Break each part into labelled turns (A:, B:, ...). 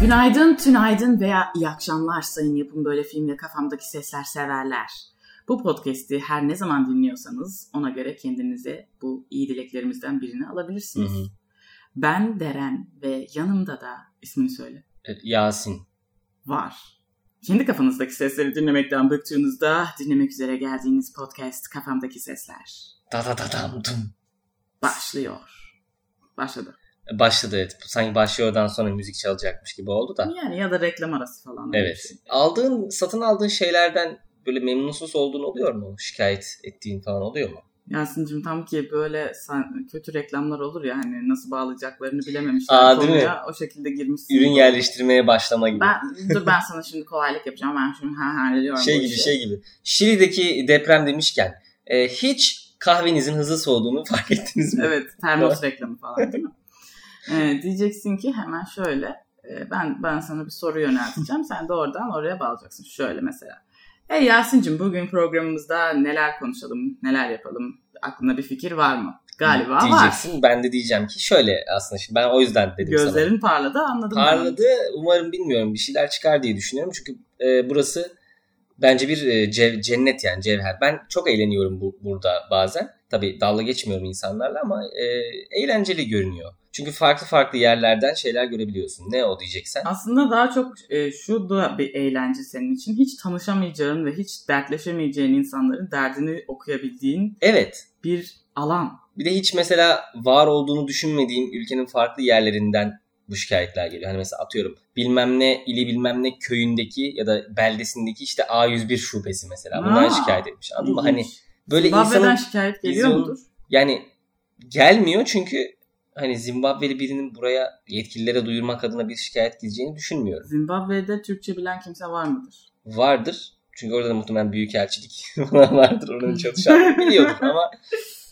A: Günaydın, tünaydın veya iyi akşamlar sayın yapım böyle filmle kafamdaki sesler severler. Bu podcast'i her ne zaman dinliyorsanız ona göre kendinize bu iyi dileklerimizden birini alabilirsiniz.
B: Hı hı.
A: Ben Deren ve yanımda da ismini söyle
B: E, Yasin.
A: var. Kendi kafanızdaki sesleri dinlemekten bıktığınızda dinlemek üzere geldiğiniz podcast Kafamdaki Sesler
B: Da da da dam dum.
A: başlıyor. Başladı.
B: E, Başladı evet. Sanki başlıyordan sonra müzik çalacakmış gibi oldu da.
A: Yani ya da reklam arası falan. öyle bir
B: Evet.
A: şey.
B: Aldığın, satın aldığın şeylerden böyle memnunsuz olduğun oluyor mu? Şikayet ettiğin falan oluyor mu?
A: Yasin'cim tam ki böyle sen, kötü reklamlar olur ya hani nasıl bağlayacaklarını bilememişler
B: Aa, değil mi?
A: konuya o şekilde girmişsin.
B: Ürün yerleştirmeye başlama gibi.
A: Ben, dur ben sana şimdi kolaylık yapacağım ben şunu ha hallediyorum.
B: şey
A: bu
B: gibi
A: işi.
B: şey gibi. Şili'deki deprem demişken e, hiç kahvenizin hızlı soğuduğunu fark ettiniz mi?
A: Evet termos reklamı falan değil mi? Ee, diyeceksin ki hemen şöyle e, ben ben sana bir soru yönelteceğim sen de oradan oraya bağlayacaksın şöyle mesela. E Yasin'cim bugün programımızda neler konuşalım neler yapalım aklında bir fikir var mı? Galiba var.
B: Diyeceksin. Ben de diyeceğim ki şöyle aslında şimdi ben o yüzden dedim sana.
A: Gözlerin parladı anladım. ben.
B: Parladı. Umarım bilmiyorum bir şeyler çıkar diye düşünüyorum. Çünkü e, burası bence bir e, cev- cennet yani cevher. Ben çok eğleniyorum bu, burada bazen. Tabii dalga geçmiyorum insanlarla ama e, eğlenceli görünüyor. Çünkü farklı farklı yerlerden şeyler görebiliyorsun. Ne o diyeceksen.
A: Aslında daha çok e, şu da bir eğlence senin için. Hiç tanışamayacağın ve hiç dertleşemeyeceğin insanların derdini okuyabildiğin
B: Evet.
A: bir alan.
B: Bir de hiç mesela var olduğunu düşünmediğim ülkenin farklı yerlerinden bu şikayetler geliyor. Hani mesela atıyorum bilmem ne ili bilmem ne köyündeki ya da beldesindeki işte A101 şubesi mesela. Bundan
A: Aa,
B: şikayet etmiş. Anladın mı? Hani
A: İlginç.
B: böyle
A: Zimbabwe'den
B: insanın
A: şikayet geliyor
B: vizyonu-
A: mudur?
B: Yani gelmiyor çünkü hani Zimbabveli birinin buraya yetkililere duyurmak adına bir şikayet gideceğini düşünmüyorum.
A: Zimbabwe'de Türkçe bilen kimse var mıdır?
B: Vardır. Çünkü orada da muhtemelen büyükelçilik falan vardır. Oranın çalışanları biliyordur ama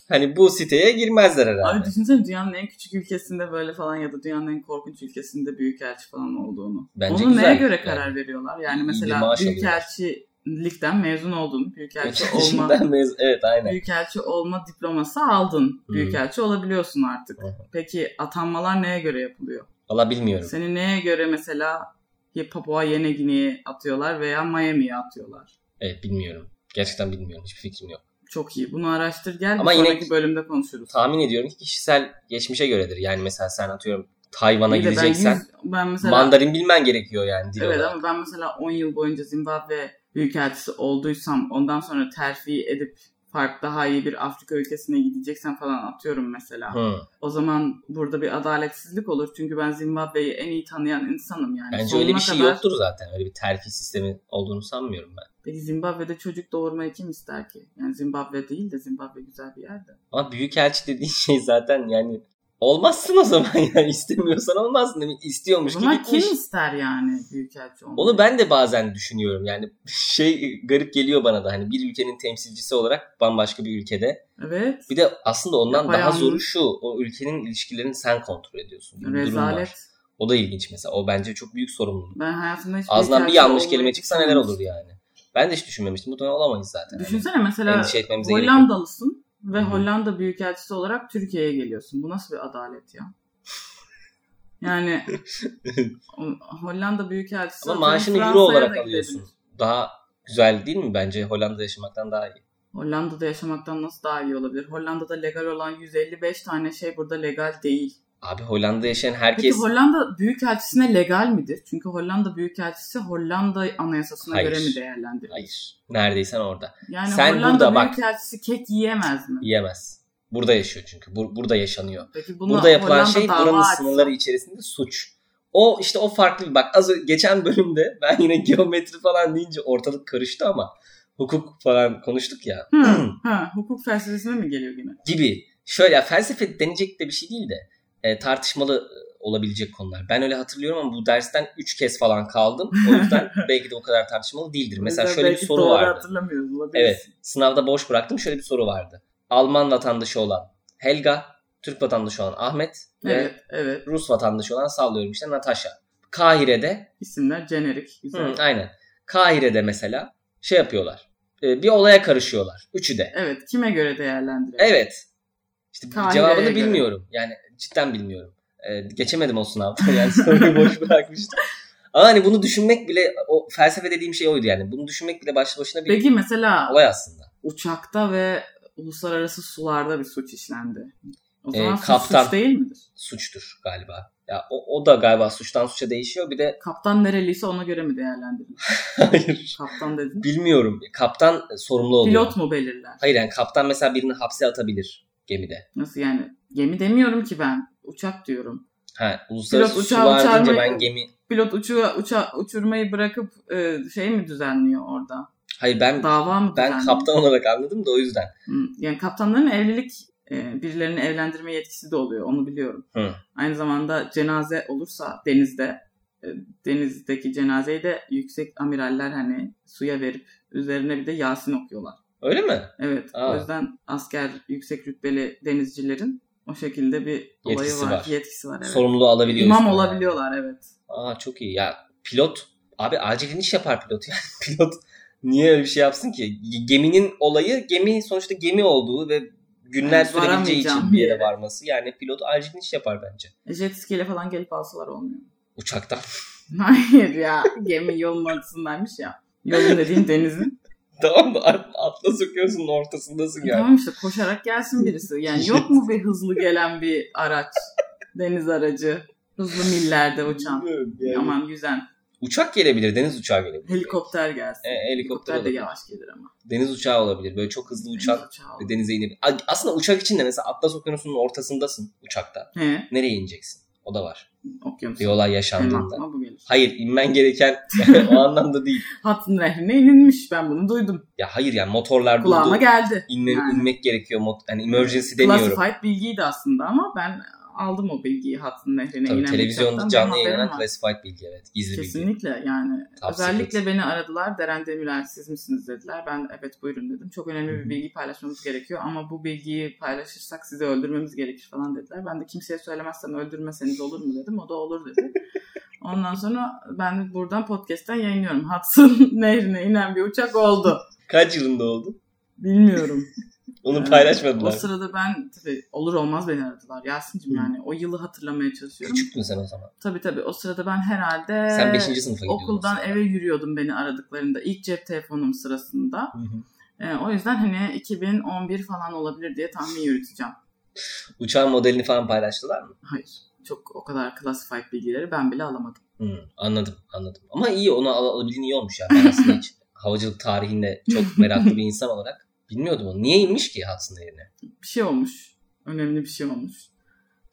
B: hani bu siteye girmezler
A: Abi
B: herhalde.
A: düşünsene dünyanın en küçük ülkesinde böyle falan ya da dünyanın en korkunç ülkesinde büyükelçi falan olduğunu.
B: Bence
A: Onu
B: güzel.
A: neye göre
B: Yani
A: karar veriyorlar? Yani
B: iyi bir
A: mesela
B: maaş
A: büyükelçilikten mezun oldun. Büyükelçi olma
B: Büyükelçilikten mez- Evet aynen.
A: Büyükelçi olma diploması aldın.
B: Hı.
A: Büyükelçi olabiliyorsun artık.
B: Hı hı.
A: Peki atanmalar neye göre yapılıyor?
B: Valla bilmiyorum.
A: Seni neye göre mesela ya Papua Yeni Gine'ye atıyorlar veya Miami'ye atıyorlar?
B: Evet bilmiyorum. Gerçekten bilmiyorum. Hiçbir fikrim yok.
A: Çok iyi. Bunu araştır gel.
B: Ama
A: bir
B: yine-
A: sonraki bölümde konuşuruz.
B: Tahmin ediyorum ki kişisel geçmişe göredir. Yani mesela sen atıyorum Tayvan'a
A: İyi de ben,
B: gideceksen
A: yüz- ben mesela
B: mandarin bilmen gerekiyor yani dil
A: Evet
B: olarak.
A: ama ben mesela 10 yıl boyunca Zimbabwe Büyükelçisi olduysam ondan sonra terfi edip farklı daha iyi bir Afrika ülkesine gideceksen falan atıyorum mesela.
B: Hı.
A: O zaman burada bir adaletsizlik olur. Çünkü ben Zimbabwe'yi en iyi tanıyan insanım yani.
B: Bence
A: Sonuna
B: öyle bir şey
A: kadar-
B: yoktur zaten. Öyle bir terfi sistemi olduğunu sanmıyorum ben.
A: Peki Zimbabwe'de çocuk doğurmayı kim ister ki? Yani Zimbabwe değil de Zimbabwe güzel bir yerde.
B: Ama büyükelçi dediğin şey zaten yani olmazsın o zaman yani istemiyorsan olmazsın. Demek
A: O
B: istiyormuş ki
A: zaman kim
B: gitmiş.
A: ister yani büyükelçi olmayı?
B: Onu ben de bazen düşünüyorum yani şey garip geliyor bana da hani bir ülkenin temsilcisi olarak bambaşka bir ülkede.
A: Evet.
B: Bir de aslında ondan daha
A: Yapayalnız.
B: zoru şu o ülkenin ilişkilerini sen kontrol ediyorsun. gibi bir durum var.
A: Rezalet.
B: O da ilginç mesela o bence çok büyük sorumluluk.
A: Ben hayatımda hiç
B: Ağzından bir
A: büyükelçi
B: yanlış
A: olmayı
B: kelime çıksa neler
A: düşünmemiştim.
B: olur yani. Ben de hiç düşünmemiştim. Bu dönem olamayız zaten. Hani
A: Düşünsene mesela
B: endişe etmemize gerek yok.
A: Hollandalısın ve
B: Hı hı.
A: Hollanda büyükelçisi olarak Türkiye'ye geliyorsun. Bu nasıl bir adalet ya? Yani o- Hollanda büyükelçisi
B: Ama
A: atıyorum
B: maaşını euro
A: Fransa'ya
B: olarak
A: da
B: alıyorsun.
A: gidebilir.
B: Daha güzel değil mi bence Hollanda'da yaşamaktan daha iyi?
A: Hollanda'da yaşamaktan nasıl daha iyi olabilir? Hollanda'da legal olan 155 tane şey burada legal değil.
B: Abi Hollanda'da yaşayan
A: Peki
B: herkes
A: Hollanda Büyükelçisi'ne legal midir? Çünkü Hollanda Büyükelçisi Hollanda Anayasası'na
B: Hayır.
A: göre mi değerlendirilir?
B: hayır. Neredeysen orada.
A: Yani
B: Sen
A: Hollanda
B: burada bak.
A: Büyükelçisi kek yiyemez mi?
B: Yiyemez. Burada yaşıyor çünkü. Bur- burada yaşanıyor.
A: Peki buna
B: burada yapılan
A: Hollanda
B: şey
A: dava
B: buranın
A: açsa-
B: sınırları içerisinde suç. O işte o farklı bir bak az ö- geçen bölümde ben yine geometri falan deyince ortalık karıştı ama hukuk falan konuştuk ya
A: Hı, ha, hukuk felsefesine mi geliyor yine?
B: gibi. Şöyle ya, felsefe denecek de bir şey değil de e, tartışmalı e, olabilecek konular. Ben öyle hatırlıyorum ama bu dersten 3 kez falan kaldım. O yüzden belki de o kadar tartışmalı değildir. Mesela
A: Biz de
B: şöyle bir
A: belki
B: soru
A: doğru
B: vardı.
A: hatırlamıyoruz olabilir.
B: Evet. Sınavda boş bıraktım. Şöyle bir soru vardı. Alman vatandaşı olan Helga, Türk vatandaşı olan Ahmet ve
A: Evet, evet.
B: Rus vatandaşı olan sallıyorum işte Natasha. Kahire'de,
A: İsimler jenerik,
B: hı,
A: güzel.
B: aynen. Kahire'de mesela şey yapıyorlar. E, bir olaya karışıyorlar. Üçü de.
A: Evet, kime göre değerlendiriyor?
B: Evet. İşte
A: Kahire'ye
B: cevabını
A: göre.
B: bilmiyorum. Yani cidden bilmiyorum. Ee, geçemedim o sınavda. Yani soruyu boş bırakmıştım. Ama hani bunu düşünmek bile o felsefe dediğim şey oydu yani. Bunu düşünmek bile başlı başına bir
A: Peki mesela
B: olay aslında.
A: uçakta ve uluslararası sularda bir suç işlendi. O
B: Ee,
A: zaman suç
B: kaptan.
A: suç değil midir?
B: Suçtur galiba. Ya o, o da galiba suçtan suça değişiyor. Bir de
A: Kaptan nereliyse ona göre mi değerlendirilir?
B: hayır
A: Kaptan dedin.
B: bilmiyorum. Kaptan e, sorumlu oluyor.
A: Pilot mu belirler?
B: Hayır yani kaptan mesela birini hapse atabilir gemide.
A: Nasıl yani? Gemi demiyorum ki ben. Uçak diyorum.
B: Ha, uluslararası
A: Pilot uçağı
B: sular deyince
A: uçarmayı-
B: ben gemi...
A: Pilot uçağı, uça, uçurmayı bırakıp e, şey mi düzenliyor orada?
B: Hayır ben
A: Dava mı düzenliyor?
B: ben kaptan olarak anladım da o yüzden.
A: Hı, Yani kaptanların evlilik e, birilerini evlendirme yetkisi de oluyor. Onu biliyorum.
B: Hı.
A: Aynı zamanda cenaze olursa denizde e, denizdeki cenazeyi de yüksek amiraller hani suya verip üzerine bir de Yasin okuyorlar.
B: Öyle mi?
A: Evet. O
B: Aa.
A: yüzden asker yüksek rütbeli denizcilerin o şekilde bir olayı
B: Yetkisi
A: var.
B: var.
A: Yetkisi var. Evet.
B: Sorumluluğu alabiliyor.
A: İmam
B: üstüne.
A: olabiliyorlar evet.
B: Aa çok iyi ya. Pilot abi acil iniş yapar pilot yani. Pilot niye öyle bir şey yapsın ki? G- Geminin olayı gemi sonuçta gemi olduğu ve günler
A: Yani
B: sürebileceği için
A: varamayacağım
B: bir
A: bir
B: yere
A: yere.
B: varması. Yani pilot acil iniş yapar bence.
A: E, Jet ski ile falan gelip alsalar olmuyor.
B: Uçaktan.
A: Hayır ya gemi yolun ortasındaymış ya. Yolun dediğim denizin.
B: tamam mı? At- Atla sokuyorsun ortasındasın yani.
A: Tamam işte koşarak gelsin birisi. Yani yok mu bir hızlı gelen bir araç? Deniz aracı. Hızlı millerde uçan.
B: Bilmiyorum yani.
A: Aman yüzen.
B: Uçak gelebilir, deniz uçağı gelebilir.
A: Helikopter gelsin.
B: E, helikopter
A: Helikopter de
B: olabilir.
A: yavaş gelir ama.
B: Deniz uçağı olabilir. Böyle çok hızlı uçak
A: Uçağı
B: ve
A: olur.
B: denize inebilir. A- Aslında uçak için de mesela Atlas Okyanusu'nun ortasındasın uçakta.
A: He,
B: Nereye ineceksin? O da var.
A: okyanus.
B: Bir olay
A: Benim
B: yaşandığında.
A: aklıma bu gelir.
B: Hayır inmen gereken o anlamda değil.
A: Hattın rehrine inilmiş. Ben bunu duydum.
B: Ya hayır yani motorlar
A: Kulağıma
B: durdu.
A: geldi.
B: İnme,
A: Yani.
B: inmek gerekiyor. Mot- yani emergency demiyorum.
A: Classified bilgiydi aslında ama ben aldım o bilgiyi hattın nehrine
B: Tabii
A: inen uçaktan.
B: televizyonda
A: Benim
B: canlı
A: haberim
B: yayınlanan
A: var.
B: classified bilgi evet. Gizli bilgi.
A: Kesinlikle yani.
B: Top
A: Özellikle
B: secret.
A: beni aradılar. Deren Demirel siz misiniz dediler. Ben evet buyurun dedim. Çok önemli
B: Hı hı.
A: bir bilgi paylaşmamız gerekiyor ama bu bilgiyi paylaşırsak sizi öldürmemiz gerekir falan dediler. Ben de kimseye söylemezsem öldürmeseniz olur mu dedim. O da olur dedi. Ondan sonra ben de buradan podcast'ten yayınlıyorum. Hudson nehrine inen bir uçak oldu.
B: Kaç yılında oldu?
A: Bilmiyorum.
B: Onu
A: Ee,
B: paylaşmadılar.
A: O sırada ben tabii olur olmaz beni aradılar. Yasin'cim
B: Hı.
A: yani o yılı hatırlamaya çalışıyorum.
B: Küçüktün sen o zaman.
A: Tabii tabii o sırada ben herhalde
B: Sen 5. sınıfa gidiyordun.
A: Ee, okuldan
B: aslında.
A: eve yürüyordum beni aradıklarında ilk cep telefonum sırasında.
B: Hı hı.
A: Ee, o yüzden hani 2011 falan olabilir diye tahmin yürüteceğim.
B: Uçağın modelini falan paylaştılar mı?
A: Hayır. Çok o kadar classified bilgileri ben bile alamadım.
B: Hı, anladım anladım. Ama iyi onu al- alabildiğin iyi olmuş ya. Ben aslında hiç havacılık tarihinde çok meraklı bir insan olarak bilmiyordum onu. Niye inmiş ki aslında yerine?
A: Bir şey olmuş. Önemli bir şey olmuş.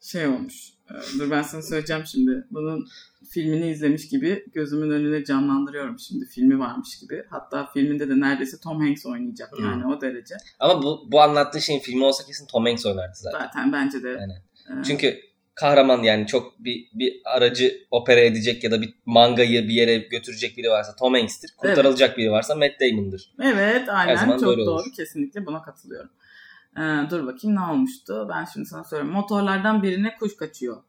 A: Şey olmuş. Ee, dur ben sana söyleyeceğim şimdi. Bunun filmini izlemiş gibi gözümün önüne canlandırıyorum şimdi. Filmi varmış gibi. Hatta filminde de neredeyse Tom Hanks oynayacak
B: Hı.
A: yani o derece.
B: Ama bu, bu anlattığı şeyin filmi olsa kesin Tom Hanks oynardı zaten.
A: Zaten bence de.
B: Aynen.
A: e,
B: Çünkü kahraman yani çok bir, bir aracı opera edecek ya da bir mangayı bir yere götürecek biri varsa Tom Hanks'tir. Kurtarılacak biri varsa Matt Damon'dır.
A: Evet aynen
B: zaman
A: çok
B: böyle
A: doğru
B: olur.
A: kesinlikle buna katılıyorum. Ee, dur bakayım ne olmuştu ben şimdi sana söyleyeyim. Motorlardan birine kuş kaçıyor.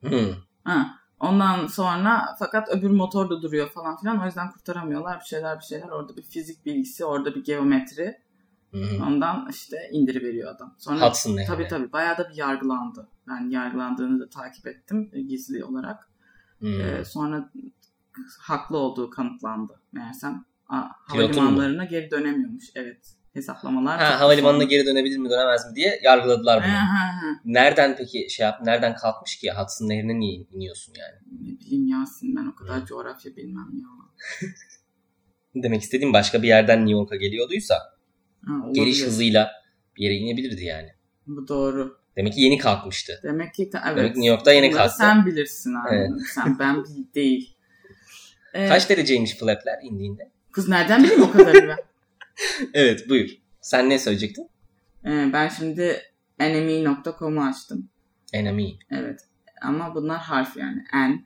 B: Hmm.
A: Ha. Ondan sonra fakat öbür motor da duruyor falan filan o yüzden kurtaramıyorlar bir şeyler bir şeyler orada bir fizik bilgisi orada bir geometri
B: Hmm.
A: ondan işte indiriveriyor adam. Sonra
B: Hudson yani.
A: tabii tabii bayağı da bir yargılandı. Ben yargılandığını da takip ettim e, gizli olarak.
B: Hmm.
A: Ee, sonra haklı olduğu kanıtlandı. Meğersem a,
B: Pilotun mu?
A: havalimanlarına geri dönemiyormuş. Evet. Hesaplamalar.
B: ha, havalimanına geri dönebilir mi dönemez mi diye yargıladılar bunu.
A: Ha, ha, ha.
B: Nereden peki şey yap, nereden kalkmış ki Hudson Nehri'ne niye iniyorsun yani?
A: Ne bileyim Yasin ben o kadar
B: Hı.
A: coğrafya bilmem ya.
B: Demek istediğim başka bir yerden New York'a geliyorduysa
A: Ha,
B: geliş
A: olabilir.
B: hızıyla bir yere inebilirdi yani.
A: Bu doğru.
B: Demek ki yeni kalkmıştı.
A: Demek ki evet.
B: Demek New York'ta yeni
A: Bunları
B: kalktı.
A: Sen bilirsin abi.
B: Evet.
A: Sen ben bil- değil. Ee,
B: Kaç dereceymiş flapler indiğinde?
A: Kız nereden bileyim o kadarını ben?
B: evet buyur. Sen ne söyleyecektin?
A: Ee, ben şimdi enemy.com'u açtım.
B: Enemy.
A: Evet. Ama bunlar harf yani. N,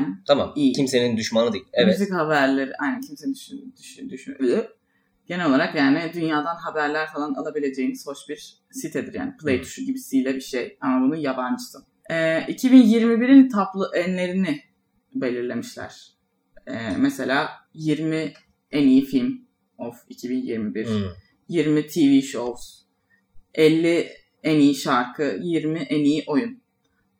A: M,
B: Tamam.
A: İyi.
B: Kimsenin düşmanı değil. Evet.
A: Müzik haberleri aynı kimse düşün, düşün, düşün. Genel olarak yani dünyadan haberler falan alabileceğiniz hoş bir sitedir yani. Play
B: Hı.
A: tuşu gibisiyle bir şey ama bunun yabancısı. Ee, 2021'in taplı enlerini belirlemişler. Ee, mesela 20 en iyi film of 2021,
B: Hmm.
A: 20 TV shows, 50 en iyi şarkı, 20 en iyi oyun.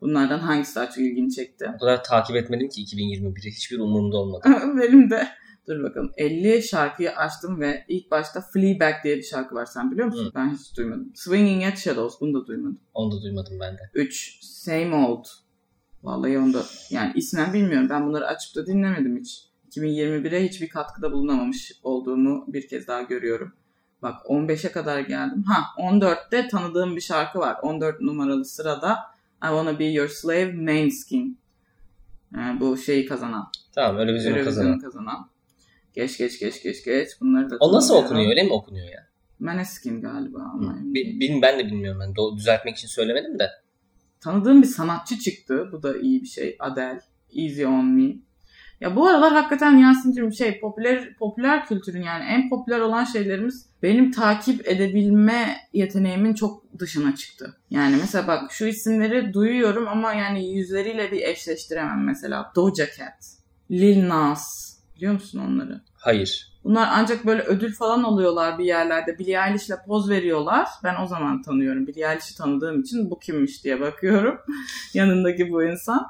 A: Bunlardan hangisi daha çok ilgini çekti?
B: O kadar takip etmedim ki 2021'i. Hiçbir umurumda olmadı.
A: Benim de dur bakalım 50 şarkıyı açtım ve ilk başta Fleabag diye bir şarkı var sen biliyor musun? Ben hiç duymadım. Swinging at Shadows bunu da duymadım.
B: Onu da duymadım ben de.
A: 3 Same Old. Vallahi onda yani ismen bilmiyorum. Ben bunları açıp da dinlemedim hiç. 2021'e hiçbir katkıda bulunamamış olduğumu bir kez daha görüyorum. Bak 15'e kadar geldim. Ha 14'te tanıdığım bir şarkı var. 14 numaralı sırada I Wanna Be Your Slave Mainskin. Ee, bu şeyi kazanan.
B: Tamam öyle bizim
A: Eurovision'u
B: kazanan.
A: kazanan. Geç geç geç geç geç. Bunları da
B: O nasıl
A: tanıyorum.
B: okunuyor öyle mi okunuyor ya?
A: Maneskin galiba. ama emin değilim.
B: Bi- Bil, ben de bilmiyorum. Ben do- düzeltmek için söylemedim de.
A: Tanıdığım bir sanatçı çıktı. Bu da iyi bir şey. Adele, Easy On Me. Ya bu aralar hakikaten Yasin'cim şey popüler popüler kültürün yani en popüler olan şeylerimiz benim takip edebilme yeteneğimin çok dışına çıktı. Yani mesela bak şu isimleri duyuyorum ama yani yüzleriyle bir eşleştiremem mesela. Doja Cat, Lil Nas biliyor musun onları?
B: Hayır.
A: Bunlar ancak böyle ödül falan alıyorlar bir yerlerde. Billie Eilish'le poz veriyorlar. Ben o zaman tanıyorum. Billie Eilish'i tanıdığım için bu kimmiş diye bakıyorum. Yanındaki bu insan.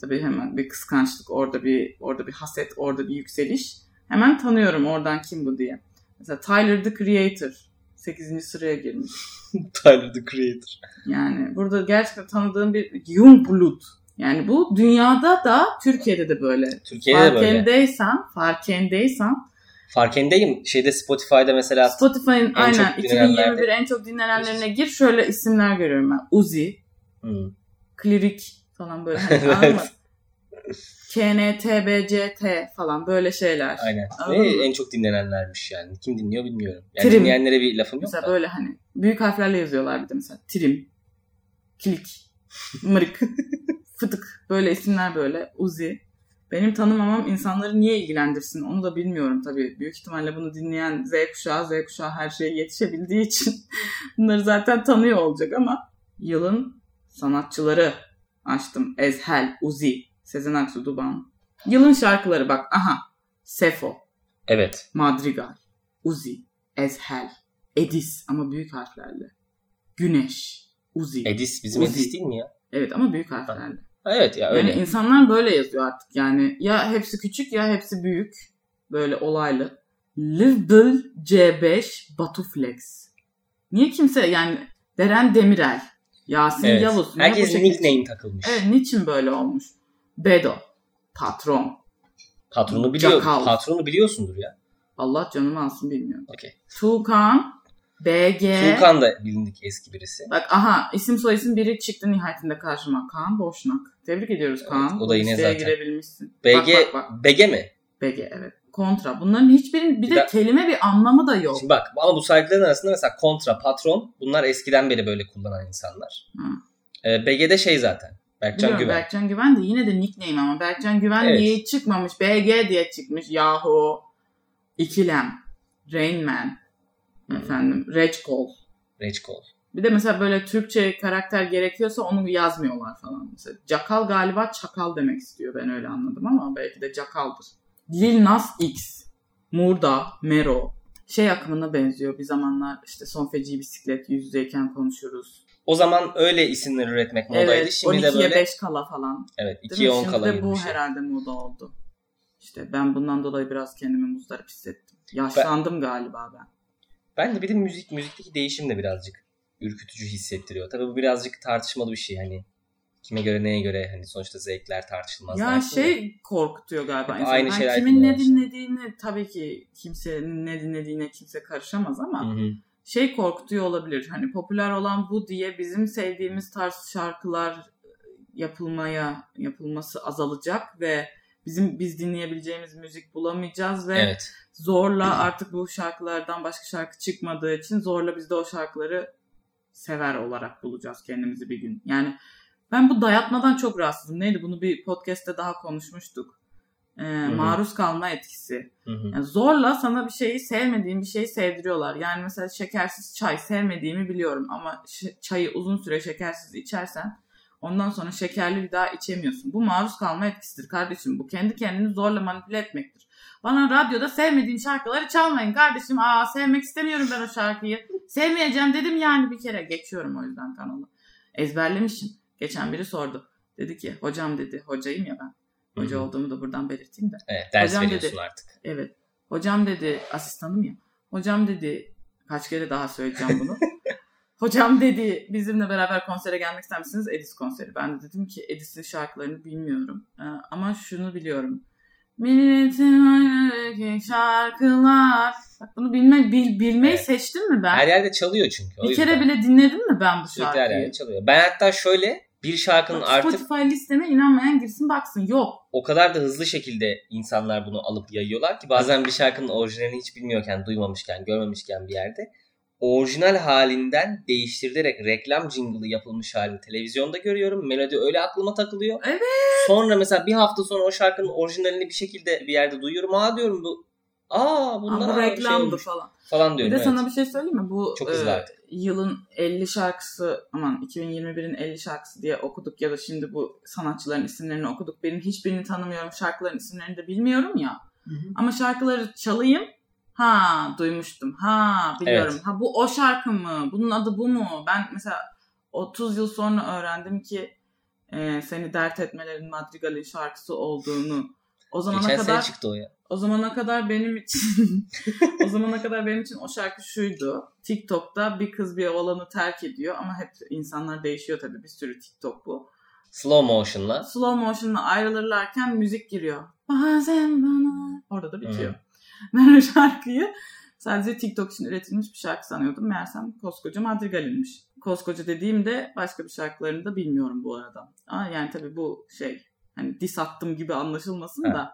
A: Tabii hemen bir kıskançlık, orada bir orada bir haset, orada bir yükseliş. Hemen tanıyorum oradan kim bu diye. Mesela Tyler the Creator 8. sıraya girmiş.
B: Tyler the Creator.
A: Yani burada gerçekten tanıdığım bir Youngblood. Yani bu dünyada da Türkiye'de de böyle.
B: Türkiye'de de böyle.
A: farkendeysen, farkendeysen
B: Farkındayım. Şeyde Spotify'da mesela
A: Spotify'ın
B: En çok
A: aynen
B: dinlenenlerde-
A: 2021 en çok dinlenenlerine gir. Şöyle isimler görüyorum ben. Uzi,
B: Hı.
A: Klirik falan böyle. Hani, anladın mı? KNTBCT falan böyle şeyler.
B: aynen.
A: Anladın mı?
B: Ve en çok dinlenenlermiş yani. Kim dinliyor bilmiyorum. Yani
A: Trim.
B: dinleyenlere bir lafım yok
A: Mesela
B: da.
A: böyle hani büyük harflerle yazıyorlar bir de mesela. Trim, Kilik, Mırık, Fıtık böyle isimler böyle. Uzi. Benim tanımamam insanları niye ilgilendirsin onu da bilmiyorum tabii. Büyük ihtimalle bunu dinleyen Z kuşağı, Z kuşağı her şeye yetişebildiği için bunları zaten tanıyor olacak ama yılın sanatçıları açtım. Ezhel, Uzi, Sezen Aksu, Duban. Yılın şarkıları bak aha. Sefo,
B: Evet.
A: Madrigal, Uzi, Ezhel, Edis ama büyük harflerle. Güneş, Uzi.
B: Edis bizim
A: Uzi.
B: Edis değil mi ya?
A: Evet ama büyük harflerle.
B: Evet ya öyle.
A: Yani insanlar böyle yazıyor artık yani. Ya hepsi küçük ya hepsi büyük. Böyle olaylı. Lidl C5 Batuflex. Niye kimse yani Deren Demirel, Yasin
B: evet.
A: Yavuz. niye bu
B: Herkes
A: şekilde-
B: nickname takılmış.
A: Evet niçin böyle olmuş? Bedo, patron.
B: Patronu biliyor.
A: Çakal.
B: Patronu biliyorsundur ya.
A: Allah canımı alsın bilmiyorum.
B: Okey.
A: Tuğkan, BG.
B: Tuğkan da bilindik eski birisi.
A: Bak aha isim soyisim biri çıktı nihayetinde karşıma. Kaan Boşnak. Tebrik ediyoruz Kaan.
B: o da yine
A: Bu listeye
B: zaten.
A: girebilmişsin.
B: BG
A: Bak, bak, bak.
B: BG mi?
A: BG evet. Kontra. Bunların hiçbirinin bir
B: Bir Şey,
A: de
B: dak-
A: kelime bir anlamı da yok.
B: Şimdi bak ama bu saygıların arasında mesela kontra, patron bunlar eskiden beri böyle kullanan insanlar.
A: Hı.
B: Ee, BG'de şey zaten. Berkcan
A: Biliyorum,
B: Güven.
A: Berkcan Güven de yine de nickname ama Berkcan Güven
B: Evet.
A: diye çıkmamış. BG diye çıkmış. Yahu. İkilem. Rain Man. Efendim. Reg Call.
B: Rage Call.
A: Bir de mesela böyle Türkçe karakter gerekiyorsa onu yazmıyorlar falan. Mesela Cakal galiba çakal demek istiyor. Ben öyle anladım ama belki de Cakal'dır. Lil Nas X, Murda, Mero. Şey akımına benziyor. Bir zamanlar işte son feci bisiklet yüz yüzeyken konuşuruz.
B: O zaman öyle isimler üretmek modaydı.
A: Evet
B: Şimdi de
A: 12'ye
B: böyle
A: 5 kala falan.
B: evet,
A: Değil
B: 2'ye
A: mi?
B: 10
A: Şimdi
B: kala
A: de
B: gibi
A: bu
B: bir şey.
A: herhalde moda oldu. İşte ben bundan dolayı biraz kendimi muzdarip hissettim. Yaşlandım galiba ben.
B: Ben de bir de müzik, müzikteki değişim de birazcık ürkütücü hissettiriyor. Tabii bu birazcık tartışmalı bir şey hani. Kime göre neye göre hani sonuçta zevkler tartışılmaz.
A: Ya
B: dersin de.
A: şey korkutuyor galiba.
B: Hep
A: insanı.
B: aynı
A: Ben
B: şeyler
A: kimin ne
B: dinliyoruz.
A: dinlediğini tabii ki kimsenin ne dinlediğine kimse karışamaz ama
B: Hı hı.
A: şey korkutuyor olabilir. Hani popüler olan bu diye bizim sevdiğimiz tarz şarkılar e, yapılmaya yapılması azalacak ve bizim biz dinleyebileceğimiz müzik bulamayacağız ve
B: Evet.
A: zorla artık bu şarkılardan başka şarkı çıkmadığı için zorla biz de o şarkıları sever olarak bulacağız kendimizi bir gün. Yani ben bu dayatmadan çok rahatsızım. Neydi bunu bir podcast'te daha konuşmuştuk. Ee,
B: hı.
A: maruz kalma etkisi.
B: Hı hı.
A: Yani zorla sana bir şeyi sevmediğin bir şeyi sevdiriyorlar. Yani mesela şekersiz çay sevmediğimi biliyorum ama ş- çayı uzun süre şekersiz içersen ondan sonra şekerli bir daha içemiyorsun. Bu maruz kalma etkisidir kardeşim. Bu kendi kendini zorla manipüle etmektir. Bana radyoda sevmediğim şarkıları çalmayın kardeşim. Aa sevmek istemiyorum ben o şarkıyı. Sevmeyeceğim dedim yani bir kere. Geçiyorum o yüzden kanalı. Ezberlemişim. Geçen biri sordu. Dedi ki hocam dedi hocayım ya ben. Hoca
B: Hı hı.
A: olduğumu da buradan belirteyim de.
B: Evet, ders
A: Hocam
B: veriyorsun
A: dedi.
B: artık.
A: Evet. Hocam dedi asistanım ya. Hocam dedi kaç kere daha söyleyeceğim bunu. Hocam dedi bizimle beraber konsere gelmek ister misiniz? Edis konseri. Ben de dedim ki Edis'in şarkılarını bilmiyorum. Ee, ama şunu biliyorum. Milletin önündeki şarkılar. Bak bunu bilme, bil, bilmeyi
B: Evet.
A: seçtim mi ben?
B: Her yerde çalıyor çünkü. o
A: bir kere
B: yüzden.
A: bile dinledim mi ben bu
B: Sürekli her yerde
A: şarkıyı?
B: çalıyor. Ben hatta şöyle bir şarkının
A: Bak,
B: artık
A: Spotify listeme inanmayan girsin baksın. Yok.
B: o kadar da hızlı şekilde insanlar bunu alıp yayıyorlar ki bazen bir şarkının orijinalini hiç bilmiyorken, duymamışken, görmemişken bir yerde orijinal halinden değiştirilerek reklam jingle'ı yapılmış halini televizyonda görüyorum. Melodi öyle aklıma takılıyor.
A: Evet.
B: Sonra mesela bir hafta sonra o şarkının orijinalini bir şekilde bir yerde duyuyorum. Aa diyorum bu Aa
A: Aa,
B: bundan
A: bu
B: aa, bir şey
A: reklamdı
B: olmuş."
A: falan.
B: falan
A: Bir
B: diyorum.
A: de
B: evet.
A: sana bir şey söyleyeyim mi? Bu
B: Çok hızlı
A: e,
B: artık.
A: yılın 50 şarkısı aman 2021'in 50 şarkısı diye okuduk ya da şimdi bu sanatçıların isimlerini okuduk. Benim hiçbirini tanımıyorum. Şarkıların isimlerini de bilmiyorum ya. Ama şarkıları çalayım. Ha duymuştum. Ha biliyorum. Ha bu o şarkı mı? Bunun adı bu mu? Ben mesela 30 yıl sonra öğrendim ki e, seni dert etmelerin Madrigal'in şarkısı olduğunu. O zamana
B: Geçen sene
A: kadar
B: çıktı o ya.
A: o zamana kadar benim için o zamana kadar benim için o şarkı şuydu. TikTok'ta bir kız bir oğlanı terk ediyor ama hep insanlar değişiyor tabii bir sürü TikTok bu.
B: Slow motion'la.
A: Slow motion'la ayrılırlarken müzik giriyor. Bazen bana orada da bitiyor. Ben o şarkıyı sadece TikTok için üretilmiş bir şarkı sanıyordum. Meğersem koskoca Madrigal'inmiş. Koskoca dediğimde başka bir şarkılarını da bilmiyorum bu arada. Aa, yani tabii bu şey hani dis attım gibi anlaşılmasın
B: Evet.
A: da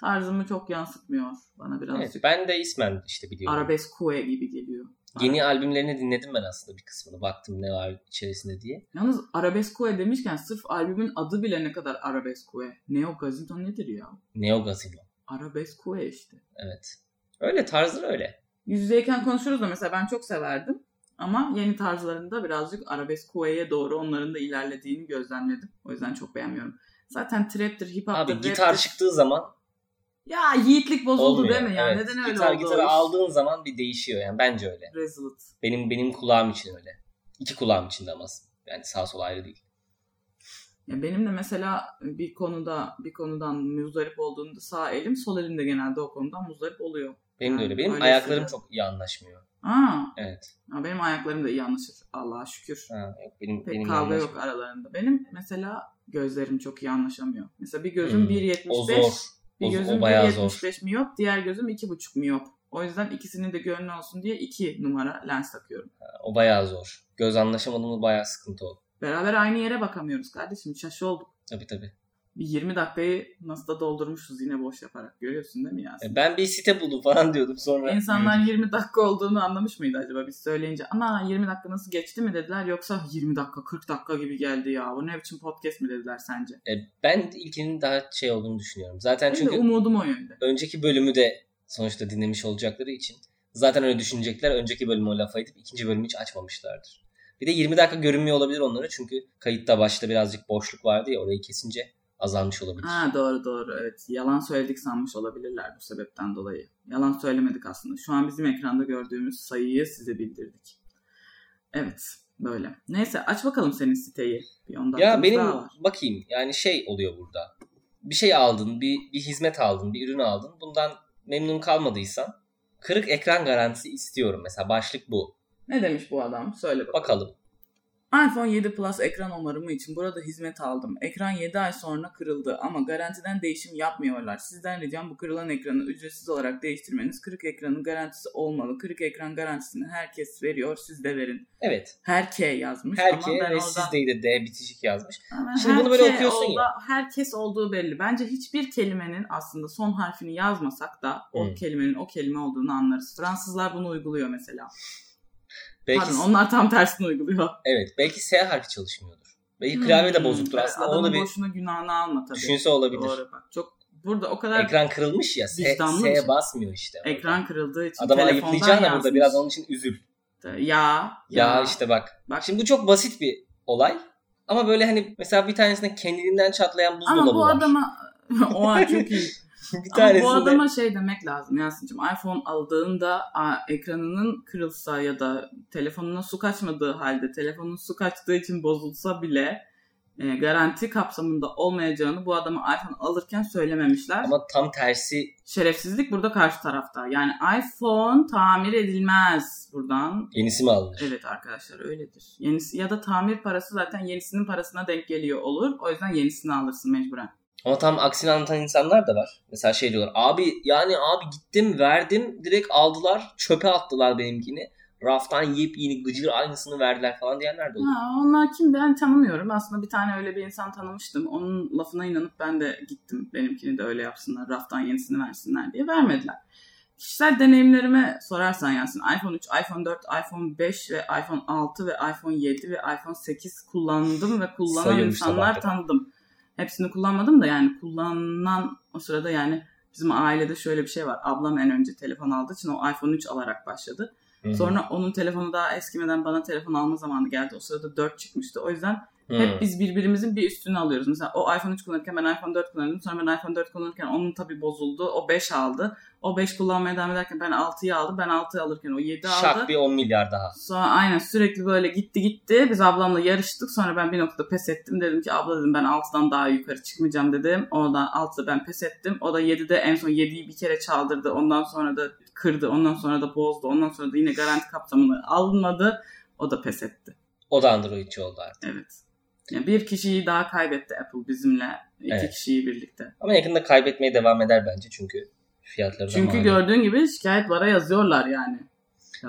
A: tarzımı çok yansıtmıyor bana
B: Evet,
A: birazcık.
B: ben de ismen işte biliyorum.
A: Arabesk kue gibi geliyor.
B: Yeni albümlerini dinledim ben aslında bir kısmını. Baktım ne var içerisinde diye.
A: Yalnız arabesk kue demişken sırf albümün adı bile ne kadar arabesk kue. Neo Gazito nedir ya?
B: Neo Gazino.
A: Arabesk kue işte.
B: Evet. Öyle tarzı öyle.
A: Yüz yüzeyken konuşuruz da mesela ben çok severdim. Ama yeni tarzlarında birazcık arabesk kuveye doğru onların da ilerlediğini gözlemledim. O yüzden çok beğenmiyorum. Zaten trap'tir, hip hop'tır,
B: Abi
A: rap'tir.
B: gitar çıktığı zaman
A: Ya yiğitlik bozuldu
B: olmuyor.
A: değil mi? Yani
B: Evet.
A: neden öyle
B: gitar,
A: oldu?
B: Gitarı aldığın zaman bir değişiyor yani bence öyle.
A: Rezalet.
B: Benim benim kulağım için öyle. İki kulağım için de ama yani sağ sol ayrı değil.
A: Ya benim de mesela bir konuda bir konudan muzdarip olduğumda sağ elim sol elim de genelde o konudan muzdarip oluyor.
B: Benim de
A: Ha,
B: öyle. Benim
A: öylesi
B: ayaklarım
A: de.
B: çok iyi anlaşmıyor.
A: Aa,
B: Evet.
A: ya benim ayaklarım da iyi anlaşır Allah'a şükür.
B: Ha, yok, benim
A: Pek
B: benim
A: kavga
B: anlaşmıyor.
A: yok aralarında. Benim mesela gözlerim çok iyi anlaşamıyor. Mesela bir gözüm
B: Hmm, O
A: 1.75,
B: zor.
A: bir
B: O- o
A: gözüm
B: bayağı
A: 1.75 miyop, diğer gözüm 2.5 miyop. O yüzden ikisinin de gönlü olsun diye 2 numara lens takıyorum.
B: O bayağı zor. Göz anlaşamadığımız bayağı sıkıntı oldu.
A: Beraber aynı yere bakamıyoruz kardeşim. Şaşı olduk.
B: Tabii tabii.
A: Bir 20 dakikayı nasıl da doldurmuşuz yine boş yaparak. Görüyorsun değil mi ya?
B: E, Ben bir site buldum falan diyordum sonra.
A: İnsanlar 20 dakika olduğunu anlamış mıydı acaba biz söyleyince? Ana 20 dakika nasıl geçti mi dediler yoksa 20 dakika 40 dakika gibi geldi ya. Bu ne biçim podcast mi dediler sence?
B: E, ben ilkinin daha şey olduğunu düşünüyorum. Zaten
A: Benim
B: çünkü
A: de um- umudum o yönde.
B: önceki bölümü de sonuçta dinlemiş olacakları için zaten öyle düşünecekler. Önceki bölümü o lafa edip ikinci bölümü hiç açmamışlardır. Bir de 20 dakika görünmüyor olabilir onlara çünkü kayıtta başta birazcık boşluk vardı ya orayı kesince azalmış olabilir.
A: Ha doğru doğru evet. Yalan söyledik sanmış olabilirler bu sebepten dolayı. Yalan söylemedik aslında. Şu an bizim ekranda gördüğümüz sayıyı size bildirdik. Evet böyle. Neyse aç bakalım senin siteyi. Bir 10
B: Ya
A: dakikamız
B: benim
A: daha var.
B: bakayım yani şey oluyor burada. Bir şey aldın, bir, bir hizmet aldın, bir ürün aldın. Bundan memnun kalmadıysan kırık ekran garantisi istiyorum mesela başlık bu.
A: Ne demiş bu adam? Söyle bakalım.
B: Bakalım.
A: iPhone 7 Plus ekran onarımı için burada hizmet aldım. Ekran 7 ay sonra kırıldı ama garantiden değişim yapmıyorlar. Sizden ricam bu kırılan ekranı ücretsiz olarak değiştirmeniz. Kırık ekranın garantisi olmalı. Kırık ekran garantisini herkes veriyor. Siz de verin.
B: Evet.
A: Herke yazmış.
B: Herke
A: ama ben
B: ve
A: oradan-
B: siz değil de D bitişik yazmış.
A: Ama
B: Şimdi Şey,
A: herke
B: bunu böyle okuyorsun ya.
A: Herkes olduğu belli. Bence hiçbir kelimenin aslında son harfini yazmasak da o
B: Hmm.
A: kelimenin o kelime olduğunu anlarız. Fransızlar bunu uyguluyor mesela.
B: Belki
A: Pardon onlar tam tersini uyguluyor.
B: Evet belki S harfi çalışmıyordur. Belki klavye de bozuktur
A: Hmm,
B: aslında.
A: Adamın
B: Onu bir
A: boşuna günahını alma tabii.
B: düşünse olabilir.
A: Doğru bak. Çok burada o kadar ekran,
B: Ekran kırılmış ya. S,
A: Vicdanlı
B: S
A: mısın?
B: basmıyor işte. orada.
A: kırıldığı için
B: Adamı
A: telefondan
B: ayıplayacağına
A: yazmış.
B: burada biraz onun için üzül.
A: Ya, ya.
B: Ya, işte bak.
A: Bak.
B: Şimdi bu çok basit bir olay. Ama böyle hani mesela bir tanesinde kendiliğinden çatlayan buzdolabı
A: Ama bu
B: var.
A: adama o an çok iyi.
B: bir
A: Ama
B: tanesinde
A: bu adama şey demek lazım Yasin'cim. iPhone aldığında aa, ekranının kırılsa ya da telefonuna su kaçmadığı halde telefonun su kaçtığı için bozulsa bile e, garanti kapsamında olmayacağını bu adamı iPhone alırken söylememişler.
B: Ama tam tersi
A: Şerefsizlik burada karşı tarafta. Yani iPhone tamir edilmez buradan.
B: yenisi mi alınır?
A: Evet arkadaşlar öyledir. Yenisi ya da tamir parası zaten yenisinin parasına denk geliyor olur. O yüzden yenisini alırsın mecburen.
B: Ama tam aksini anlatan insanlar da var. Mesela şey diyorlar. Abi yani abi gittim verdim direkt aldılar çöpe attılar benimkini. Raftan yepyeni gıcır aynısını verdiler falan diyenler de oluyor.
A: Ha, onlar kim ben tanımıyorum. Aslında bir tane öyle bir insan tanımıştım. Onun lafına inanıp ben de gittim. Benimkini de öyle yapsınlar. Raftan yenisini versinler diye vermediler. Kişisel deneyimlerime sorarsan yansın. iPhone 3, iPhone 4, iPhone 5 ve iPhone 6 ve iPhone 7 ve iPhone 8 kullandım ve kullanan
B: Sayılmış
A: insanlar
B: tabii.
A: tanıdım. Hepsini kullanmadım da yani kullanan o sırada yani bizim ailede şöyle bir şey var. Ablam en önce telefon aldığı için o iPhone 3 alarak başladı.
B: Hı hı.
A: Sonra onun telefonu daha eskimeden bana telefon alma zamanı geldi. O sırada 4 çıkmıştı. O yüzden
B: Hı.
A: hep biz birbirimizin bir şey üstünü alıyoruz. Mesela o iPhone 3 kullanırken ben iPhone 4 kullanıyordum. Sonra ben iPhone 4 kullanırken onun tabii bozuldu. O 5 aldı. O 5 kullanmaya devam ederken ben 6'yı aldım. Ben 6'yı alırken o 7 aldı.
B: Şak bir 10 milyar daha.
A: Sonra aynen sürekli böyle gitti gitti. Biz ablamla yarıştık. Sonra ben bir noktada pes ettim. Dedim ki abla dedim ben 6'dan daha yukarı çıkmayacağım dedim. Oradan 6'da ben pes ettim. O da 7'de en son 7'yi bir kere çaldırdı. Ondan sonra da kırdı. Ondan sonra da bozdu. Ondan sonra da yine garanti kapsamını almadı. O da pes etti.
B: O da Androidçi oldu artık.
A: Evet. Yani bir kişiyi daha kaybetti Apple bizimle. İki
B: Evet.
A: kişiyi birlikte.
B: Ama yakında kaybetmeye devam eder bence çünkü fiyatları da
A: Çünkü
B: malum.
A: gördüğün gibi şikayet bara yazıyorlar yani.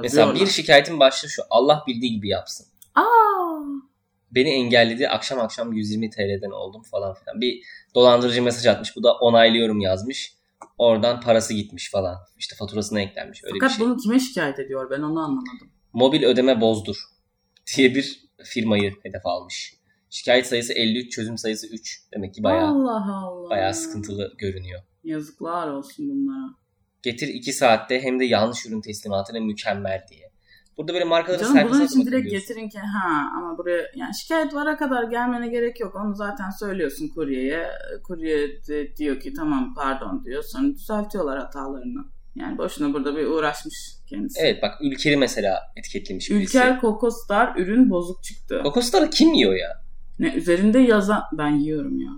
B: Mesela bir
A: Yazıyorlar.
B: şikayetin başlığı şu Allah bildiği gibi yapsın.
A: Aa!
B: Beni engelledi akşam akşam 120 TL'den oldum falan filan. Bir dolandırıcı mesaj atmış bu da onaylıyorum yazmış. Oradan parası gitmiş falan. İşte faturasına eklenmiş öyle
A: Fakat
B: bir şey.
A: bunu kime şikayet ediyor ben onu anlamadım.
B: Mobil ödeme bozdur diye bir firmayı hedef almış. Şikayet sayısı 53, çözüm sayısı 3. Demek ki bayağı
A: Allah Allah.
B: bayağı sıkıntılı görünüyor.
A: Yazıklar olsun bunlara.
B: Getir 2 saatte hem de yanlış ürün teslimatına mükemmel diye. Burada böyle markaların
A: Canım bunun
B: servisine
A: için
B: de
A: direkt
B: bakabiliyorsun.
A: getirin ki ha ama buraya yani şikayet vara kadar gelmene gerek yok. Onu zaten söylüyorsun kuryeye. Kurye de diyor ki tamam pardon diyor. Sonra düzeltiyorlar hatalarını. Yani boşuna burada bir uğraşmış kendisi.
B: Evet şey- bak Ülker'i mesela etiketlemiş birisi.
A: Ülker Kokostar ürün bozuk çıktı.
B: Kokosları kim yiyor ya?
A: Ne üzerinde yazan ben yiyorum ya.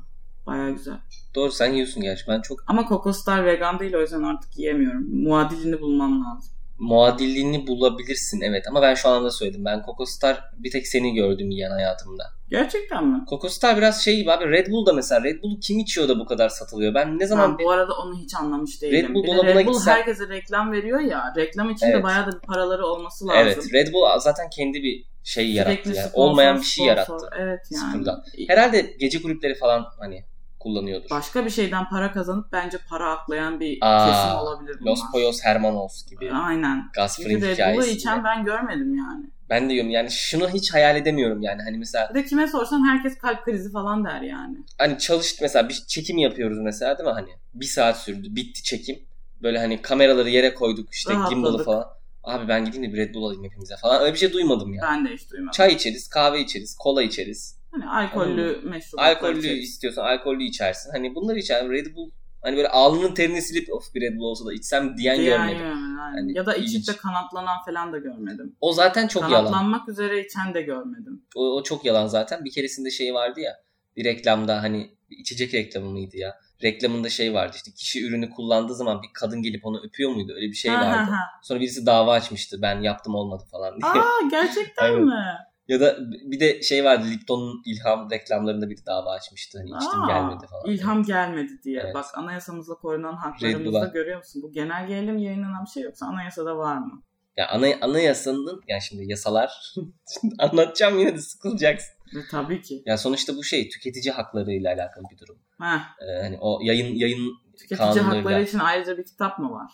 A: Baya güzel.
B: Doğru sen yiyorsun gerçi. Ben çok
A: Ama Kokostar vegan değil o yüzden artık yiyemiyorum. Muadilini bulmam lazım.
B: muadilliğini bulabilirsin evet ama ben şu anda söyledim. Ben Kokostar bir tek seni gördüm yiyen hayatımda.
A: Gerçekten mi?
B: Kokostar biraz şey gibi abi Red Bull da mesela Red Bull kim içiyor da bu kadar satılıyor? Ben ne zaman
A: Ha, bu arada onu hiç anlamış değilim.
B: Red Bull
A: bir de
B: dolabına
A: Red Bull
B: gitsen-
A: herkese reklam veriyor ya. Reklam için de
B: Evet.
A: bayağı da bir paraları olması lazım.
B: Evet Red Bull zaten kendi bir şey yarattı.
A: Sürekli
B: yani.
A: sponsor,
B: Olmayan bir şey
A: sponsor.
B: yarattı.
A: Evet yani.
B: Sıfırdan. Herhalde gece kulüpleri falan hani kullanıyordur.
A: Başka bir şeyden para kazanıp bence para aklayan bir
B: Aa,
A: kesim olabilir bunlar.
B: Los Poyos Hermanos gibi.
A: Aynen.
B: Gasfring
A: Çünkü Red Bull'u
B: hikayesi.
A: içen ben görmedim yani.
B: Ben diyorum yani şunu hiç hayal edemiyorum yani hani mesela
A: Bir de kime sorsan herkes kalp krizi falan der yani.
B: hani çalış mesela bir çekim yapıyoruz mesela değil mi hani bir saat sürdü bitti çekim böyle hani kameraları yere koyduk işte
A: Rahatladık.
B: gimbal'ı falan abi ben gideyim de bir Red Bull alayım hepimize falan öyle bir şey duymadım ya
A: Ben de hiç duymadım.
B: çay içeriz kahve içeriz kola içeriz
A: Hani alkollü meşrubatlar
B: alkollü
A: içeriz.
B: istiyorsan alkollü içersin hani bunları içer Red Bull hani böyle alnının terini silip of bir Red Bull olsa da içsem diyen
A: Yani
B: görmedim
A: görmedim, aynen.
B: Yani
A: ya da
B: ilginç.
A: içip de kanatlanan falan da görmedim.
B: o zaten çok yalan
A: Kanatlanmak üzere içen de görmedim.
B: o, o çok yalan zaten. Bir keresinde şey vardı ya bir reklamda hani bir içecek reklamı mıydı ya? Reklamında şey vardı işte kişi ürünü kullandığı zaman bir kadın gelip onu öpüyor muydu? Öyle bir şey
A: Ha, ha,
B: vardı.
A: ha.
B: Sonra birisi dava açmıştı ben yaptım olmadı falan diye.
A: Aa gerçekten
B: Evet.
A: mi?
B: ya da bir de şey vardı Lipton'un ilham reklamlarında bir dava açmıştı. Hani içtim
A: Aa,
B: gelmedi falan.
A: İlham gelmedi diye.
B: Evet.
A: Bak anayasamızda korunan
B: Red Bull'a.
A: haklarımızda görüyor musun? Bu genelgeyle mi yayınlanan bir şey yoksa anayasada var mı?
B: Yani ana, anayasanın yani şimdi yasalar Şimdi anlatacağım yine de sıkılacaksın.
A: E, tabii ki.
B: Ya sonuçta bu şey tüketici haklarıyla alakalı bir durum.
A: Heh,
B: Ee, hani o yayın yayın
A: tüketici
B: Kanunlarıyla.
A: hakları için ayrıca bir kitap mı var?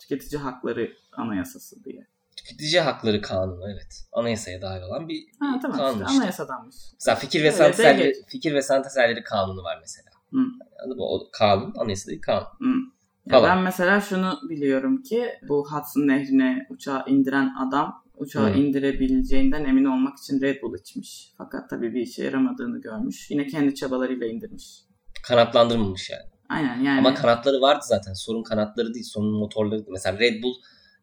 A: Tüketici hakları anayasası diye.
B: Tüketici hakları kanunu evet. Anayasaya dahil olan bir
A: Ha tamam
B: kanun
A: işte
B: işte.
A: anayasadanmış.
B: Mesela fikir ve
A: Öyle
B: sanat
A: de
B: eserleri,
A: geç.
B: fikir ve sanat eserleri kanunu var mesela.
A: Hı.
B: Yani bu o kanun, anayasadaki kanun.
A: Ya
B: Falan.
A: ben mesela şunu biliyorum ki bu Hudson Nehri'ne uçağı indiren adam uçağı
B: Hı.
A: indirebileceğinden emin olmak için Red Bull içmiş. Fakat tabii bir işe yaramadığını görmüş. Yine kendi çabalarıyla indirmiş.
B: Kanatlandırılmamış yani.
A: Aynen yani.
B: Ama kanatları vardı zaten. Sorun kanatları değil, sorun motorları. Mesela Red Bull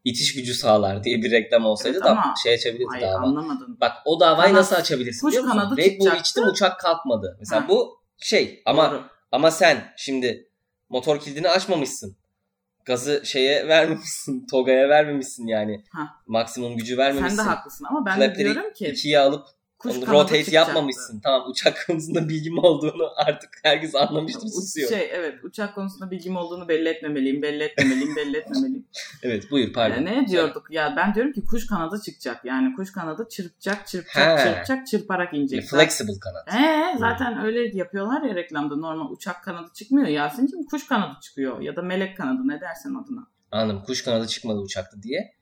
B: itiş gücü sağlar diye bir reklam olsaydı
A: Evet
B: da
A: ama-
B: şey açabilirdi
A: Ay
B: dava.
A: anlamadım.
B: Bak o davayı
A: Kanat-
B: nasıl açabilirsin
A: Kuş
B: biliyor musun?
A: kanadı
B: Red Bull
A: çıkacaktı.
B: içtim uçak kalkmadı. Mesela
A: Ha.
B: bu şey ama
A: Doğru.
B: ama sen şimdi motor kilidini açmamışsın. Gazı şeye vermemişsin. Togaya vermemişsin yani.
A: Ha.
B: Maksimum gücü
A: sen
B: vermemişsin.
A: de haklısın ama ben de
B: Flapleri
A: diyorum ki
B: İkiye alıp
A: kuş
B: onu
A: kanadı
B: rotate
A: çıkacaktı.
B: yapmamışsın. Tamam uçak konusunda bilgim olduğunu artık herkes anlamıştır
A: U-
B: susuyor.
A: Şey evet uçak konusunda bilgim olduğunu belli etmemeliyim, belli etmemeliyim, belli etmemeliyim.
B: Evet buyur pardon.
A: Ee, ne diyorduk ya ben diyorum ki kuş kanadı çıkacak yani kuş kanadı çırpacak, çırpacak,
B: He. E, Hmm.
A: çırpacak, çırparak inecek.
B: Flexible kanat.
A: Ee, zaten öyle yapıyorlar ya reklamda normal uçak kanadı çıkmıyor Yasin'cim kuş kanadı çıkıyor ya da melek kanadı ne dersen adına.
B: Anladım kuş kanadı çıkmadı uçakta diye.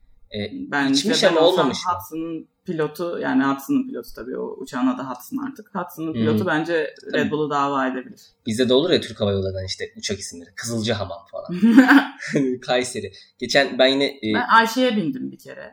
A: Ben
B: İçmiş
A: işte ben
B: ama
A: olsam
B: şey olmamış mı?
A: Hudson'ın pilotu yani Hudson'ın pilotu tabii o uçağın adı Hudson artık. Hudson'ın
B: Hmm.
A: pilotu bence
B: Tabii.
A: Red Bull'u dava edebilir.
B: Bizde de olur ya Türk Hava Yolları'ndan işte uçak isimleri. Kızılcahamam falan. Kayseri. Geçen ben yine e,
A: ben Ayşe'ye bindim bir kere.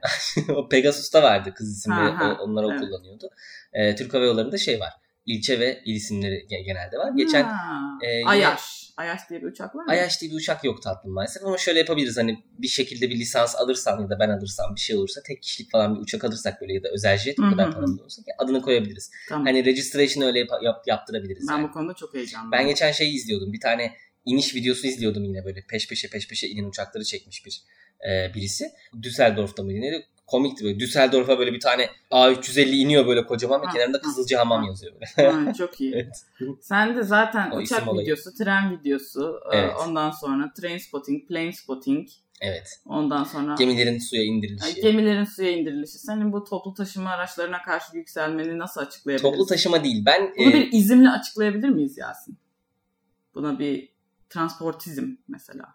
B: o Pegasus'ta vardı kız isimleri.
A: Ha, ha.
B: O- Onları o
A: Evet.
B: kullanıyordu. E, Türk Hava Yolları'nda şey var. İlçe ve il isimleri ge- genelde var. Geçen
A: Ha,
B: e, yine-
A: Ayaş. Ayaş diye bir uçak var mı?
B: Ayaş diye bir uçak yok tatlım maalesef ama şöyle yapabiliriz hani bir şekilde bir lisans alırsan ya da ben alırsam bir şey olursa tek kişilik falan bir uçak alırsak böyle ya da özel jet o
A: Hı
B: kadar
A: hı.
B: paramız olursa ki adını koyabiliriz.
A: Tamam.
B: Hani registration'ı öyle yap- yap- yaptırabiliriz.
A: ben
B: yani.
A: bu konuda çok heyecanlıyım.
B: Ben geçen şeyi izliyordum. Bir tane iniş videosunu izliyordum yine böyle peş peşe peş peşe inen uçakları çekmiş bir e, birisi. Düsseldorf'ta mıydı neydi? Komikti böyle. Düsseldorf'a böyle bir tane A350 iniyor böyle kocaman ve
A: Ha,
B: kenarında
A: ha,
B: Kızılcahamam
A: ha.
B: yazıyor böyle.
A: Ha, çok iyi.
B: Evet.
A: Sen de zaten
B: O
A: uçak
B: isim olayı.
A: videosu, tren videosu, e,
B: Evet.
A: ondan sonra train spotting, plane spotting,
B: Evet.
A: ondan sonra
B: Gemilerin suya
A: Ay,
B: indirilişi.
A: gemilerin suya indirilişi. Senin bu toplu taşıma araçlarına karşı yükselmeni nasıl açıklayabiliriz?
B: Toplu taşıma değil. Ben
A: Bunu
B: e,
A: bir izimle açıklayabilir miyiz Yasin? Buna bir transportizm mesela.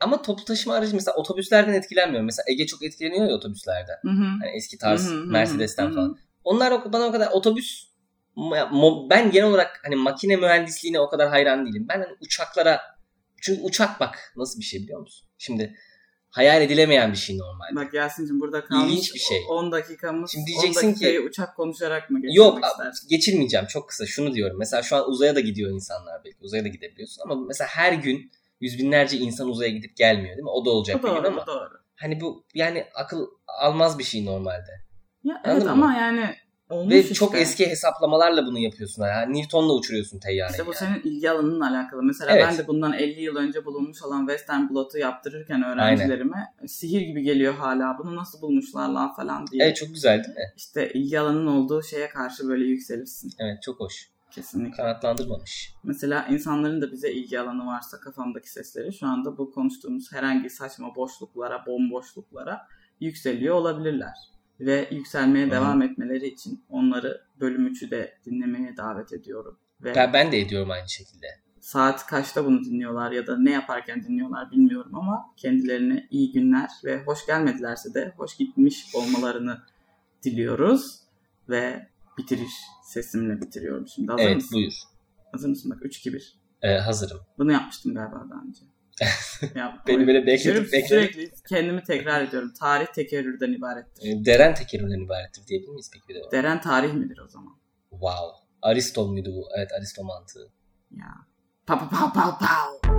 B: ama toplu taşıma aracı mesela otobüslerden etkilenmiyorum. Mesela Ege çok etkileniyor ya otobüslerden.
A: Hı hı.
B: Hani eski tarz
A: Hı hı, hı hı,
B: Mercedes'ten
A: hı
B: falan. Onlar o- bana o kadar otobüs mo- mo- ben genel olarak hani makine mühendisliğine o kadar hayran değilim. Ben hani uçaklara çünkü uçak bak nasıl bir şey biliyor musun? Şimdi hayal edilemeyen bir şey normalde.
A: Bak Yasin'cim burada kalmış
B: İlginç bir şey.
A: 10 dakikamız.
B: Şimdi
A: 10
B: diyeceksin ki-
A: dakikayı uçak konuşarak mı geçirmek
B: Yok,
A: istersin?
B: Geçirmeyeceğim çok kısa şunu diyorum. Mesela şu an uzaya da gidiyor insanlar belki. Uzaya da gidebiliyorsun ama mesela her gün yüz binlerce insan uzaya gidip gelmiyor değil mi? O da
A: Bu
B: olacak bir gün
A: doğru,
B: ama
A: bu doğru.
B: hani bu yani akıl almaz bir şey normalde.
A: Ya,
B: Anladın
A: evet
B: mı?
A: ama yani olmuş
B: Ve
A: işte.
B: çok eski hesaplamalarla bunu yapıyorsun. Yani Newton'la uçuruyorsun teyyareyi.
A: İşte bu
B: yani.
A: senin ilgi alanının alakalı. Mesela
B: Evet.
A: ben de bundan 50 yıl önce bulunmuş olan Western Blot'u yaptırırken öğrencilerime "E, sihir gibi geliyor hala. Bunu nasıl bulmuşlar lan falan diye.
B: Evet çok güzel değil mi?
A: İşte ilgi alanın olduğu şeye karşı böyle yükselirsin.
B: Evet çok hoş.
A: Kesinlikle.
B: Kanatlandırmamış.
A: Mesela insanların da bize ilgi alanı varsa kafamdaki sesleri şu anda bu konuştuğumuz herhangi saçma boşluklara, bomboşluklara yükseliyor olabilirler. Ve yükselmeye
B: Hı.
A: devam etmeleri için onları bölüm 3'ü de dinlemeye davet ediyorum. Ve
B: Ben, ben de ediyorum aynı şekilde.
A: saat kaçta bunu dinliyorlar ya da ne yaparken dinliyorlar bilmiyorum ama kendilerine iyi günler ve hoş gelmedilerse de hoş gitmiş olmalarını diliyoruz ve bitiriş sesimle bitiriyorum şimdi. Hazır
B: evet
A: mısın?
B: buyur.
A: Hazır mısın? Bak 3 2 1.
B: Ee, hazırım.
A: Bunu yapmıştım galiba daha önce. ya,
B: Beni böyle
A: diyorum,
B: bekletip bekletip.
A: Sürekli kendimi tekrar ediyorum. Tarih tekerrürden ibarettir.
B: Ee, Deren tekerimden ibarettir diyebilir miyiz peki bir de? o?
A: Deren tarih midir o zaman?
B: Wow. Aristo muydu bu? Evet Aristo mantığı.
A: Ya. Pa pa pa pa pa.